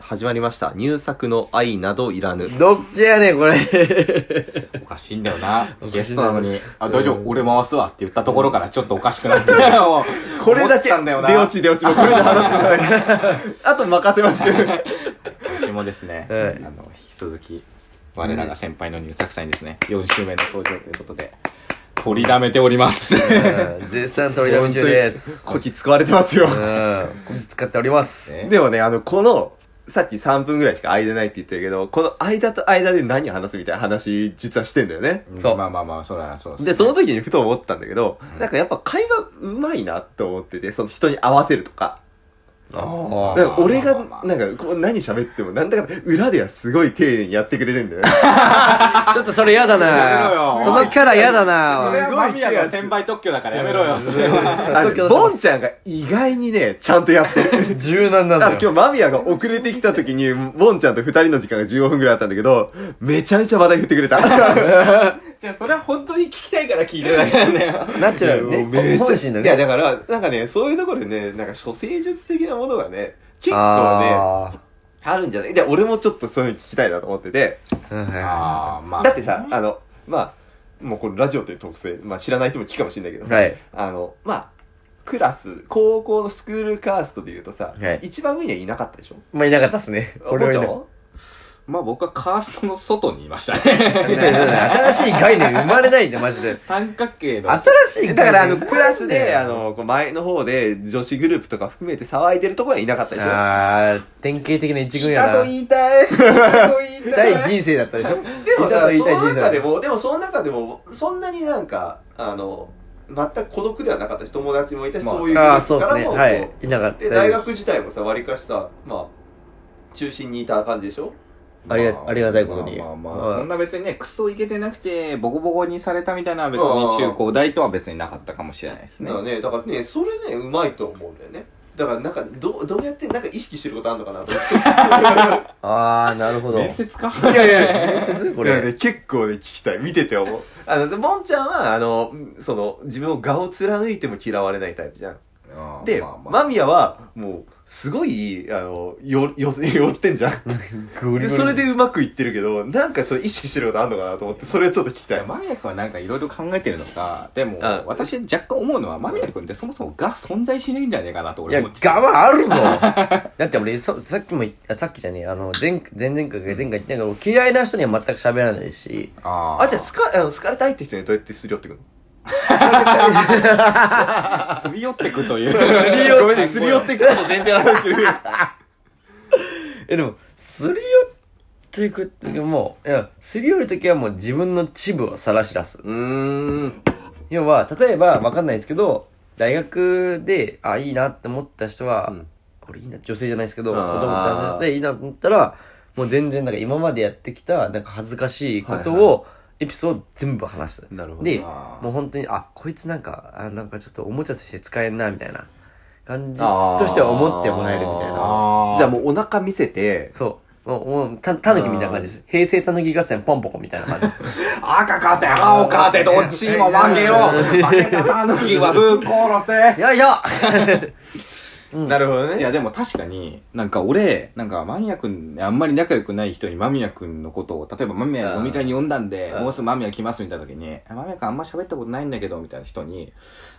始まりました。入作の愛などいらぬ。どっちやねん、これ。おかしいんだよなおかしいんだよ。ゲストなのに、あ、大丈う夫、ん俺回すわって言ったところからちょっとおかしくなって。もうこれだけ、思ってたんだよな出落ち出落ち。もうこれで話すことない。あと任せますけど。私もですね、はいあの、引き続き、我らが先輩の入作祭にですね、4週目の登場ということで、取りだめております。うん絶賛取りだめ中です。こっち使われてますよう。ん。こっち使っております。ねでもね、あの、この、さっき3分ぐらいしか間ないって言ってるけど、この間と間で何を話すみたいな話、実はしてんだよね。そうまあまあまあ、そら、そうすねで、その時にふと思ったんだけど、なんかやっぱ会話うまいなと思ってて、その人に合わせるとか。あーなんか俺がまあまあま、あなんか、こう何喋っても、なんだか、裏ではすごい丁寧にやってくれてんだよね。ちょっとそれやだやめろなよそのキャラやだなそれは間宮の先輩特許だからやめろよ、それは。あの、ボンちゃんが意外にね、ちゃんとやってる。柔軟なんあだのよ。今日、マミヤが遅れてきた時に、ボンちゃんと二人の時間が15分ぐらいあったんだけど、めちゃめちゃ話題振ってく れた。じゃあ、それは本当に聞きたいから聞いてないんだよ。ナチュラルね。いやもうめっちゃ本心だいや、ね。だから、なんかね、そういうところでね、なんか、処世術的なものがね、結構ね、ああるんじゃないで、俺もちょっとそういうの聞きたいなと思ってて、ーうんはいはああ、まあ。だってさ、あの、まあ、もうこれラジオという特性、まあ知らない人も聞くかもしれないけどさ、はいあの、まあ、クラス、高校のスクールカーストで言うとさ、はい一番上にはいなかったでしょい。まあ、いなかったっすね。俺はいちゃなんいはまあ僕はカーストの外にいましたね。嘘 嘘嘘新しい概念生まれないんで、マ ジで。三角形の。新しいだからあ概の念。クラスで、あの、こう前の方で女子グループとか含めて騒いでるところはいなかったでしょあー、典型的な一軍やだとな。言いたい。だと言いたい。痛い人生だったでしょでもいざさ、と言いそたいの人生中だでも、でもその中でも、そんなになんか、あの、全く孤独ではなかったし、友達もいたし、まあそういうああー、人そうでかすらね。も、はこい。いなかっうた。で、大学自体もさ、割かしさ、まあ、中心にいた感じでしょありがありがたいことにまあまあまあはいそんな別にね、クソいけてなくて、ボコボコにされたみたいなのは別に中高大とは別になかったかもしれないですだねか。らね、だからね、それね、うまいと思うんだよね。だからなんか、どう、どうやってなんか意識してることあるのかなと思って。あー、なるほど。面接かいやい 面や接こいやれ。ね、結構ね、聞きたい。見てて思う。あの、ボンちゃんは、あの、その、自分を顔を貫いても嫌われないタイプじゃん。で、まあまあマミヤは、もう、すごい、あの、よ、よ、寄ってんじゃ ん。ゴで、リゴリそれでうまくいってるけど、なんかそれ意識してることあんのかなと思って、それはちょっと聞きたい。マミヤ君はなんかいろいろ考えてるのか、でもうん、私若干思うのは、マミヤ君ってそもそもが存在しないんじゃねえかなとい俺や、思ってた我慢 あるぞだって俺、そさっきも言った、さっきじゃねえ、あの、前、前々回か前回言ってんだけど、嫌いな人には全く喋らないし、あーあ、じゃあ、好か、あの、好かれたいって人にどうやってすり寄ってくのすり寄ってくという。ごめんね、すり寄ってくこと前提の話してる。え、でも、すり寄っていくって、もう、いや、すり寄るときはもう自分の秩父を晒し出す。 うーん。要は、例えば、わかんないですけど、大学で、あ、いいなって思った人は、ん俺いいな、女性じゃないですけど、あー男と男性でいいなと思ったら、もう全然、なんか今までやってきた、なんか恥ずかしいことはいを、エピソード全部話す。なるほどで、あーもう本当に、あ、こいつなんか、あなんかちょっとおもちゃとして使えんな、みたいな感じあーとしては思ってもらえるみたいな。 あーじゃあもうお腹見せて、そう。もう、もうた、たぬきみたいな感じです。平成たぬき合戦ポンポコみたいな感じ です。赤かて青かてどっちも負けよう負けたタヌキはぶっ殺よいしょなるほどせいね。やでも確かに、なんか俺、なんかマミヤくん、あんまり仲良くない人にマミヤくんのことを、例えばマミヤ飲み会に呼んだんで、うんもうすぐマミヤ来ますみたいな時に、あマミヤくんあんま喋ったことないんだけど、みたいな人に、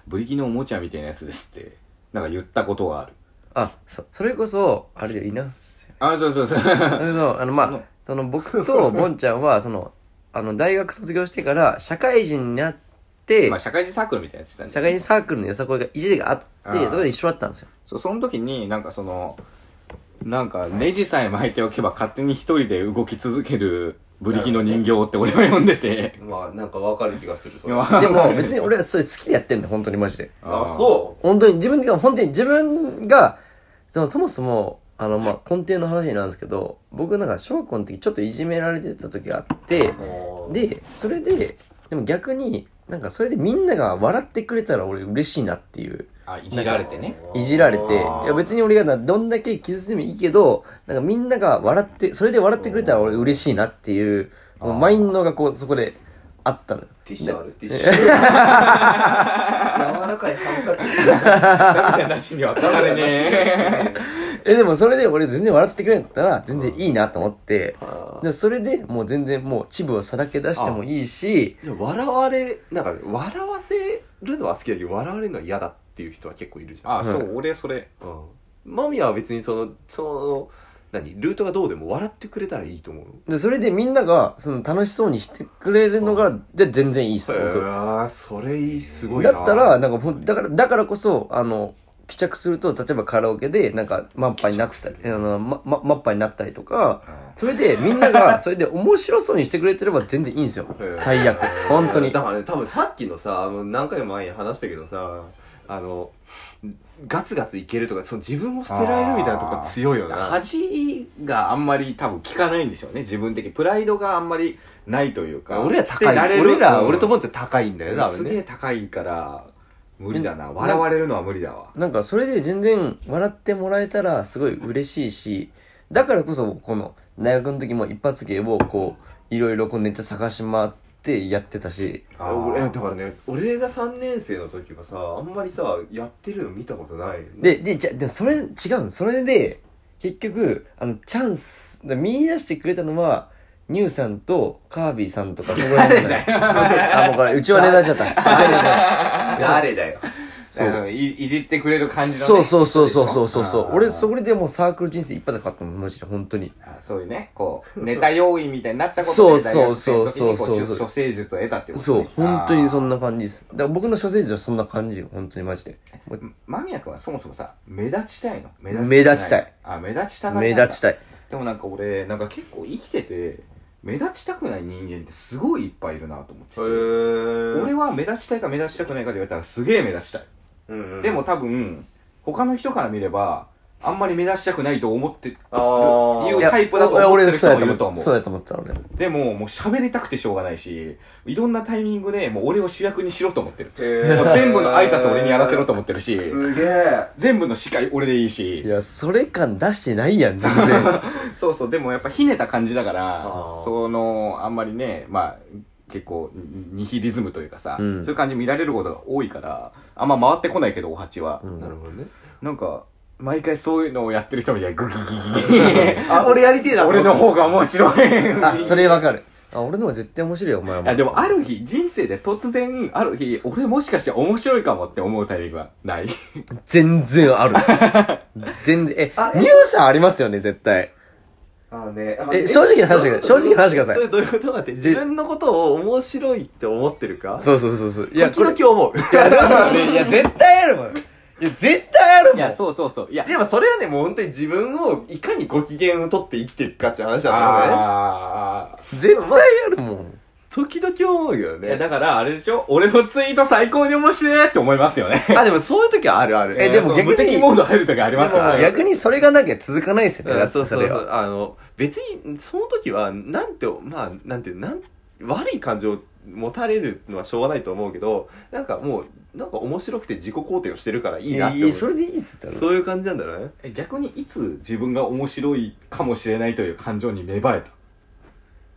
ブリキのおもちゃみたいなやつですって、なんか言ったことがある。あ、そ、それこそ、あれでいなっすよ。あ、そうそうそ う。だけど、あの、まそあの、その僕とボンちゃん は、その、あの、大学卒業してから、社会人になって まあ、社会人サークルみたいなやつだね。社会人サークルのよさこいが一時があって、あそこで一緒だったんですよ。そう、その時に、なんかその、なんか、ネジさえ巻いておけば勝手に一人で動き続ける、ブリキの人形って俺は呼んでて。まあ、なんかわかる気がする、それ。 あでも、別に俺はそれ好きでやってんだよ、本当にマジで。あ、そ本当に自分が、本当に自分が、でもそもそも、あの、まあ、根底の話なんですけど、僕なんか小学校の時ちょっといじめられてた時があって、う。で、それで、でも逆に、なんかそれでみんなが笑ってくれたら俺嬉しいなっていう、あ、いじられてね。いじられて、いあーや別に俺がなどんだけ傷ついてもいいけど、なんかみんなが笑って、それで笑ってくれたら俺嬉しいなっていう、もうマインドがこうそこであったのよ。ティッシュあるティッシュ。 柔らかいハンカチ。なしにはかかれねえ、でもそれで俺全然笑ってくれんかったら、全然いいなと思って、でそれでもう全然もう、チブをさらけ出してもいいし、でも笑われなんかね笑わせるのは好きだけど笑われるのは嫌だっていう人は結構いるじゃんあ、そう、俺それ。うんマミヤは別にそのその何ルートがどうでも笑ってくれたらいいと思うで、それでみんなが、その楽しそうにしてくれるのが、で、全然いいっす、僕。あそれいいすごいだなったら、なんかほん、だから、だからこそ、あの、帰着すると、例えばカラオケで、なんか、マッパになったり、あの、ま、ま、マッパになったりとか、それで、みんなが、 それで面白そうにしてくれてれば全然いいんですよへー。最悪。本当にだ。からね多分さっきのさもう何回も前に話したけどさあのガツガツいけるとかその自分を捨てられるみたいなとこが強いよな恥があんまり多分効かないんでしょうね、自分的に。プライドがあんまりないというか。俺ら高捨ていれる俺らうん俺ともんちゃん高いんだよなすげえ高いから、無理だな。え笑われるのは無理だわ。なんか、それで全然、笑ってもらえたら、すごい嬉しいし、だからこそ、この、大学の時も一発芸を、こう、いろいろこうネタ探し回ってやってたし、あ俺だからね俺が3年生の時はさあんまりさやってるの見たことない で、で、じゃ、でもそれ、違うんそれで、結局、あの、チャンス、だ見出してくれたのは、ニューさんとカービィさんとか、そこら辺じゃ ない。あ、もうこれ、うちはネタちゃった。 うちはネタ誰だよそうい。いじってくれる感じのねそうそうそうそうそうそうそう。俺、そこ。こでもうサークル人生一発で勝ったの、マジで、本当に。あそういうね、こう、ネタ用意みたいになったことそうで大学生の時にこそうそうそうそう処世術を得たってことそねう、本当にそあんな感じです。だから僕の諸生術はそんな感じよ、本当にマジで。もー間宮君はそもそもさ、目立ちたいの目目立ちたい。あ、目立ちたうがり目なんだ立ちたい。でもなんか俺、なんか結構生きてて、目立ちたくない人間ってすごいいっぱいいるなと思ってて。俺俺は目立ちたいか目立ちたくないかで言われたらすげえ目立ちたい。でも多分、他の人から見れば、あんまり目立ちたくないと思ってる、あーいういやタイプだと思って俺、るそうや人もとい思るった。そうと思う。やと思ったのね。でも、もう喋りたくてしょうがないし、いろんなタイミングで、もう俺を主役にしろと思ってる。へーもう全部の挨拶を俺にやらせろと思ってるし、すげえ全部の司会俺でいいいし、や、それ感出してないやん、全然。 そうそう、でもやっぱひねた感じだからあー、その、あんまりね、まあ、結構、ニニヒリズムというかさ、うんそういう感じ見られることが多いから、あんま回ってこないけど、お鉢は。うんなるほどねなんか、毎回そういうのをやってる人みたいにグギギ ギギ。あ俺やりてえな俺の方が面白 い。あ、それわかる。あ、俺の方が絶対面白いよ、お前はう。あでも、ある日、人生で突然、ある日、俺もしかして面白いかもって思うタイミングはない。全然ある。全然、えあ、えニューさんありますよね、絶対。あねあえ正直な話だけどどう正直な話くださいそれどういうこと待って自分のことを面白いって思ってるかそうそうそうそう。いや、時これ、い々思うや、そうそうねいや、絶対あるもん。いや、絶対あるもん。いや、そうそうそう。い や、でもそれはねもう本当に自分をいかにご機嫌を取って生きていくかっていう話だからねあ絶対あるもん。時々思うよーいや、ねだから、あれでしょ俺のツイート最高に面白いって思いますよね。あでもそういう時はあるあ るえでもそう逆に無敵モード入る時ありますよでね。も逆にそれがなきゃ続かないですよね。うだんってそうそうれそはう。あの、別に、その時は、なんて、まあ、なんて、なん、悪い感情を持たれるのはしょうがないと思うけど、なんかもう、なんか面白くて自己肯定をしてるからいいなって思う。やそれでいいっすよ。そういう感じなんだろうね。え逆に、いつ自分が面白いかもしれないという感情に芽生えた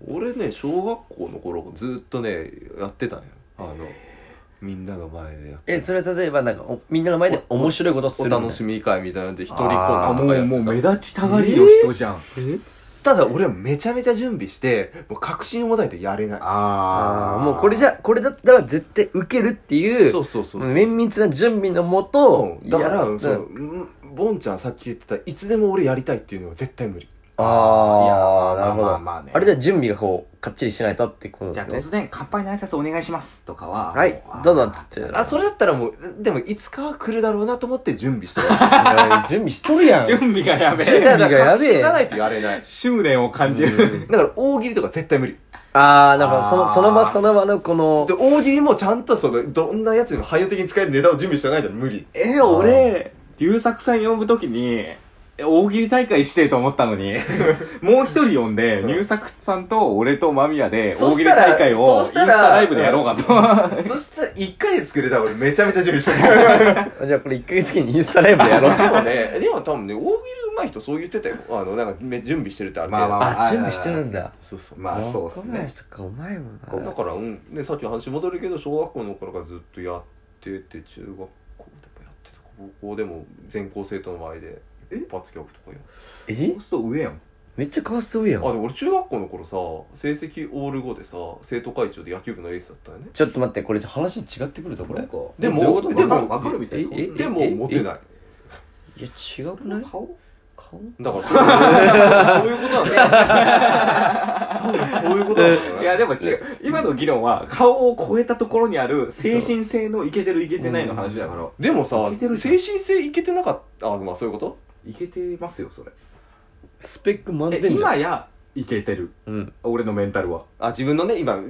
俺ね、小学校の頃、ずっとね、やってたのよ。あの、みんなの前でやって。え、それは例えばなんか、おみんなの前で面白いことすおるの楽しみ会みたいなんで、一人コーナあーとかやってた。もう、もう目立ちたがりの人じゃん。ただ俺はめちゃめちゃ準備して、もう確信を持たないとやれない。ああああ、もうこれじゃ、これだったら絶対受けるっていう、そうそうそうそう。綿密な準備のもと、だからやそう、うんボンちゃんさっき言ってたいつでも俺やりたいっていうのは絶対無理いやああ、まなあるほど。まああまあねれで準備がこう、かっちりしないとってことじゃあで突すね。然乾杯の挨拶お願いしますとかは。はいも、どうぞっつって。あそれだったらもうでもいつかは来るだろうなと思って準備してるあ準備しとるやあん。ー準備がやべ 準え。備がやべえ確信がないとやれない執念を感じる。だから大喜利とか絶対無理ああ、なるほど。その、あーその場その場のこので、大喜利もちゃんとそのどんなやつにも汎用的に使えるネタを準備してないと無理え、俺、龍作さん呼ぶときに、え大喜利大会してえと思ったのに、もう一人呼んで、龍作さんと俺と間宮でそ大喜し利たら大会をイそンしスたタらライブでやろうかと。そしたら1回で作れたら俺めちゃめちゃ準備してるじゃあこれ1ヶ月間にインスタライブで やろう。でもねでも多分ね大喜利上手い人そう言ってたよあのなんかめ準備してるってある程度まあまああ、準備してるんだ。そうそうまあそうっす若いね。人か、うまいもんな。だからうんねさっきの話戻るけど小学校の頃からずっとやってて中学校でもやってた高校でも全校生徒の前でえ一発逆とかよえそうすると上やんめっちゃかわいそうやあでん。も俺中学校の頃さ成績オール5でさ生徒会長で野球部のエースだったよねちょっと待って、これ話違ってくるぞ、これ。なんかでもどういうことでもわかるわかるみたいなええでもモテないいや、違うくない顔顔だからそういうことなんだよ多分そういうことなんだよねいやでも違う今の議論は顔を超えたところにある精神性のいけてるいけてないの話だからでもさいけ精てるじゃん神性いけてなかったあまあそういうこといけてますよそれスペック満え点じゃん。今やいけてるうん。俺のメンタルはあ自分のね今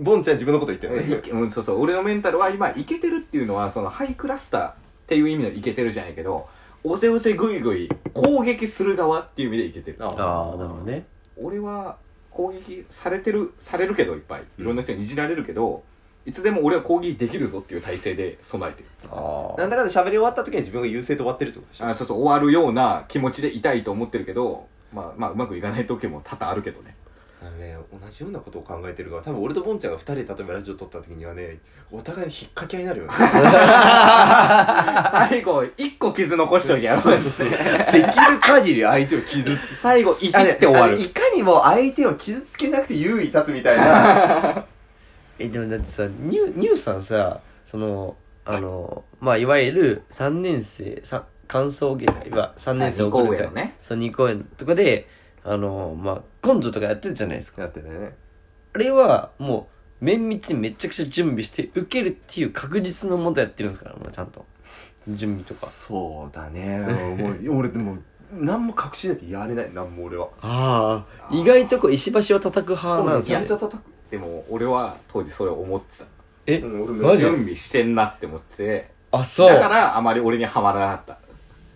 ボンちゃん自分のこと言ってえいるけうん、そうそう俺のメンタルは今イケてるっていうのはそのハイクラスターっていう意味のイケてるじゃないけどおせおせぐいぐい攻撃する側っていう意味でイケてるああ、なるほどね。俺は攻撃されてるされるけどいっぱいいろんな人にいじられるけど、いつでも俺は攻撃できるぞっていう体制で備えてるあなんだかんだ喋り終わった時に自分が優勢で終わってるってことでしょあそうそう終わるような気持ちでいたいと思ってるけどまあまあうまくいかない時も多々あるけどねあのね同じようなことを考えてるから多分俺とボンちゃんが2人で例えばラジオ撮った時にはねお互いに引っ掛け合いになるよね 最後一個傷残しときゃそうそうそうできる限り相手を傷つ最後いじあれって終わあれいるかにも相手を傷つけなくて優位立つみたいなえ、でもだってさ、ニュー、ニューさんさ、その、あの、まあ、いわゆる3年生、さ、歓送迎会は3年生はい二公演送る会のねそう、2公演とかで、あの、まあ、コントとかやってるじゃないですか。やってたよねあれは、もう、綿密にめちゃくちゃ準備して、受けるっていう確実のもとやってるんですから、もうちゃんと。準備とか。そうだねもう俺でも何も隠しないとやれない何も俺はああ、意外とこう、石橋を叩く派なんめですちゃよめねち。ゃ叩くでも俺は当時それを思ってたえうん俺マもジ準備してんなって思っててあ、そう。だからあまり俺にはまらなかっ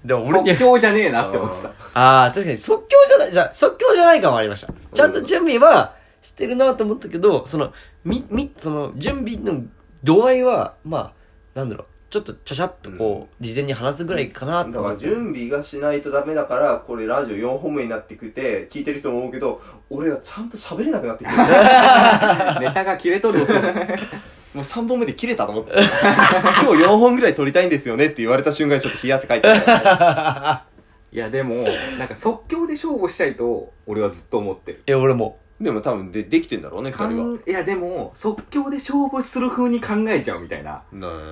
でもた俺に即興じゃねえなって思って たああ、確かに即興じゃない、じゃあ即興じゃない感はありました。ちゃんと準備はしてるなと思ったけど、その、み、み、その、準備の度合いは、まあ、なんだろう、ちょっとちゃちゃっとこう、事前に話すぐらいかだなとか思らって。準備がしないとダメだからこれラジオ4本目になってくて聞いてる人も思うけど俺はちゃんと喋れなくなってきてネタが切れとるもう3本目で切れたと思って 今日4本ぐらい撮りたいんですよねって言われた瞬間にちょっと冷や汗かいてたいやでもなんか即興で勝負したいと俺はずっと思ってるえ、俺も。 でも多分でできてんだろうねかんいやでも即興で勝負する風に考えちゃうみたいな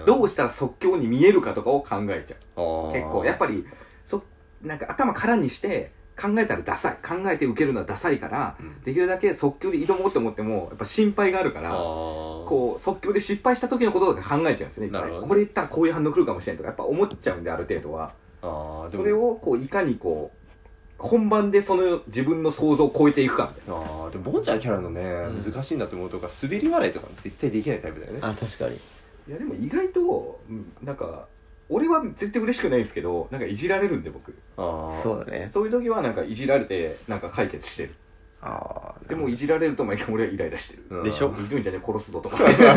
どうしたら即興に見えるかとかを考えちゃう結構やっぱりそなんか頭空にして考えたらダサい考えて受けるのはダサいから、うんできるだけ即興で挑もうって思ってもやっぱ心配があるからここう即興で失敗した時のこととか考えちゃうんですよねいっぱいなるほどねこれ言ったらこういう反応来るかもしれないとかやっぱ思っちゃうんである程度はうあーでそもれをこういかにこう本番でその自分の想像を超えていくかみたいあーでもボンちゃんキャラのね、うん難しいんだと思うとか滑り笑いとか絶対できないタイプだよねあ、確かに。ないやでも意外とうんなんか俺は絶対嬉しくないんですけどなんかいじられるんで僕あそうだね。そういう時はなんかいじられてなんか解決してるああでもいじられると毎回俺はイライラしてるでしょいじるんじゃねえ殺すぞと かだか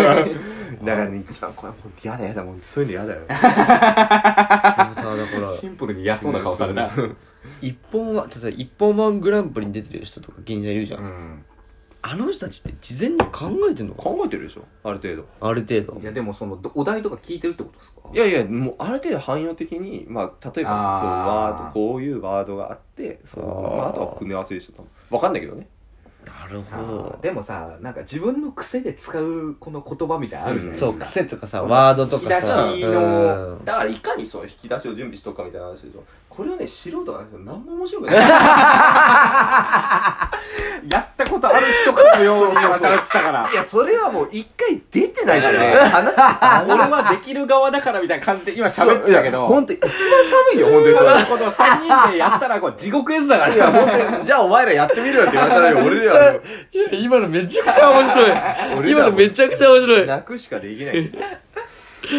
らね一番これ本当やだやだもうそういうのやだ よでもさ、だから、シンプルに嫌そうな顔された一本は、例えば一本ワングランプリに出てる人とか芸人さんいるじゃん。んあの人たちって事前に考えてんのか考えてるでしょある程度ある程度い。やでもそのどお題とか聞いてるってことですかいやいやもうある程度汎用的にまあ例えばあーそうワードこういうワードがあってそうあーまあ、あとは組み合わせでしょ多分わかんないけどねなるあほーど。でもさなんか自分の癖で使うこの言葉みたいなのあるじゃないですそか、う、癖とかさ、ワードとかさ。引き出しのうんだからいかにその引き出しを準備しとくかみたいな話でしょこれをね素人が何も面白くないやったことある人かの ように働いてたから いやそれはもう一回出てないからね話して 俺はできる側だからみたいな感じで今喋ってたけど本当一番寒いよ本当にそこれのこと3人でやったらこう地獄絵図だからいや、本当に、じゃあお前らやってみろよって言われたら よ、俺らは、いや今のめちゃくちゃ面白い。俺らも今のめちゃくちゃ面白い。泣くしかできない。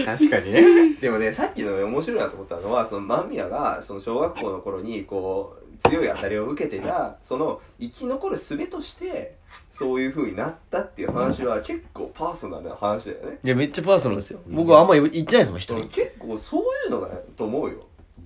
確かにねでもね、さっきのね、面白いなと思ったのは、その、間宮が、その、小学校の頃に、こう、強い当たりを受けてた、その、生き残る術として、そういう風になったっていう話は、結構パーソナルな話だよね。いや、めっちゃパーソナルですよ。僕はあんま言ってないですもん、一人。結構、そういうのだと思 うよ。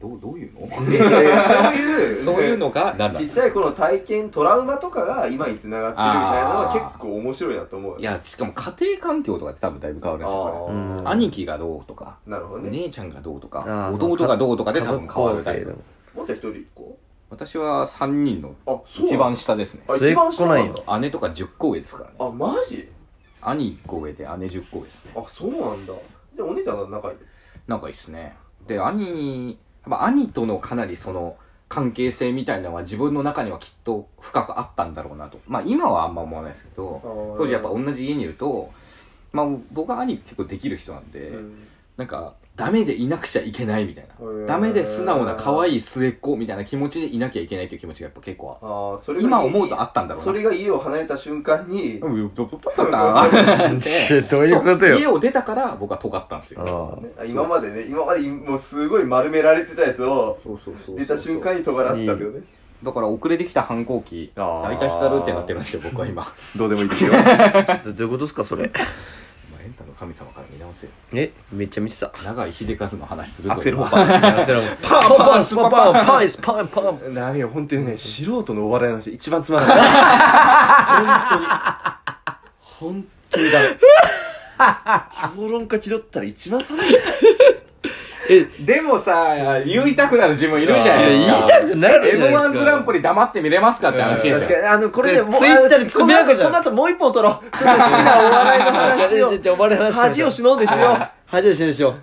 どうどういうのいやいやいやそういう、そういうのがなんだちっいちゃい頃の体験、トラウマとかが今に繋がってるみたいなのは結構面白いなと思うよ。やしかも家庭環境とかって多分だいぶ変わるんあですよこーれ兄貴がどうとかーなるほどね。姉ちゃんがどうとあかー弟がどうとかで多分変わる家族構成でももちゃん一人っ子私は3人のあ、そう一番下。下ですねあ、一番下なんだ末っ。姉とか10個上ですからねあ、マジ兄1個上で姉10個上ですねあ、そうなんだ。じゃあお姉ちゃんと仲いい仲いいですねで兄まあ兄とのかなりその関係性みたいなのは自分の中にはきっと深くあったんだろうなとまあ今はあんま思わないですけどの当時やっぱ同じ家にいるとまあ僕は兄結構できる人なんで、うんなんかダメでいなくちゃいけないみたいな、へえダメで素直な可愛い末っ子みたいな気持ちでいなきゃいけないという気持ちがやっぱ結構ああーそれが今思うとあったんだろうなそれが家を離れた瞬間に、うんよっよっよっよっよ っえどういうこと家よ。を出たから僕は尖ったんですよああ今までね今までもうすごい丸められてたやつをそうそうそう出た瞬間に尖らせたけどねだから遅れてきた反抗期あー大体浸るってなってるんですよ僕は今 どうでもいいですよあ。ちょっとどういうことですか、それ。まあエンタの神様から見直せよえ、めっちゃ見てた。長井秀和の話するぞアクセルホッ今パーパンパンスパパンパンスパンパンダメよ本当にね素人のお笑いの話一番つまらない本当に本当にダメ評論家気取ったら一番寒いでもさ言いたくなる自分いるじゃないですいやか言いたくなるじゃないですか M1 グランプリ黙って見れますかって話で確すよかにあのこれでねもう Twitter でつぶやくじゃんこの後この後もう一本取ろうちょっと好きなお笑いの話をお前の話恥を忍んでしよう恥をしようしよう。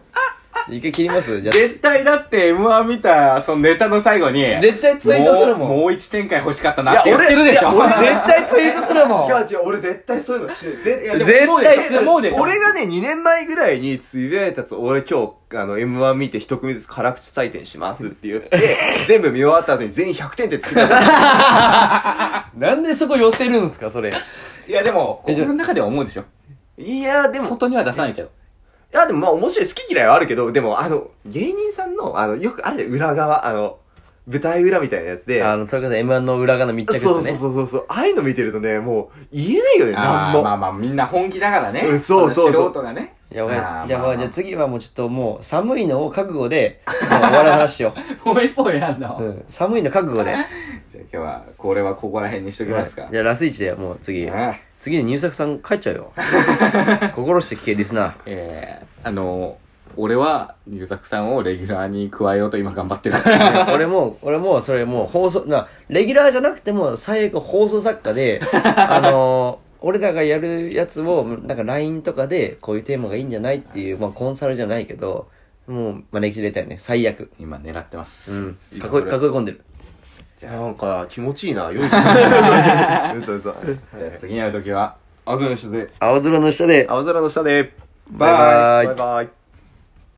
一回切りますじゃ絶対だって M1 見たそのネタの最後にあ。絶対ツイートするもん。もうもう一展開欲しかったなって言ってるでしょいや俺いや俺絶対ツイートするもん。違う違う俺絶対そういうのしない絶対でも絶対する思うでしょ俺がね、2年前ぐらいにつぶやいたやつ、俺今日、あの、M1 見て一組ずつ辛口採点しますって言って、 全部見終わった後に全員100点ってつけた。なんでそこ寄せるんすか、それ。いやでもえじゃあ心の中では思うでしょいやでも、外には出さないけどいやでもまあ面白い、好き嫌いはあるけど、でもあの、芸人さんの、あの、よくあるじゃん、裏側、あの、舞台裏みたいなやつで、あの、それこそ M1 の裏側の密着ですね。そうそうそうそうそう、ああいうの見てるとね、もう言えないよね、なんあーも。まあまあみんな本気だからねうんそうそうそう素人がねやばい。じゃああ、ーじゃまあまああ次はもうちょっともう、寒いのを覚悟で、もう終わら話しよもう一本やんの う。うん。寒いの覚悟で。じゃあ今日はこれはここら辺にしときますか、じゃあ、ラスイチで、もう次。ああ次に入作さん帰っちゃうよ。心して聞け、リスナー。えー、あの俺は入作さんをレギュラーに加えようと今頑張ってるから俺も、俺も、それもう放送、な、レギュラーじゃなくても、最悪放送作家 で、あのー俺らがやるやつを、なんか LINE とかで、こういうテーマがいいんじゃないっていう、まあコンサルじゃないけど、もう招き入れたよね、最悪。今狙ってます、うん。かっこい、かっこよ込んでる。なんか気持ちいいな、40。嘘 嘘。じゃあ次に会う時はあずの人で青空の下で、青空の下で、バイバイバイバイ。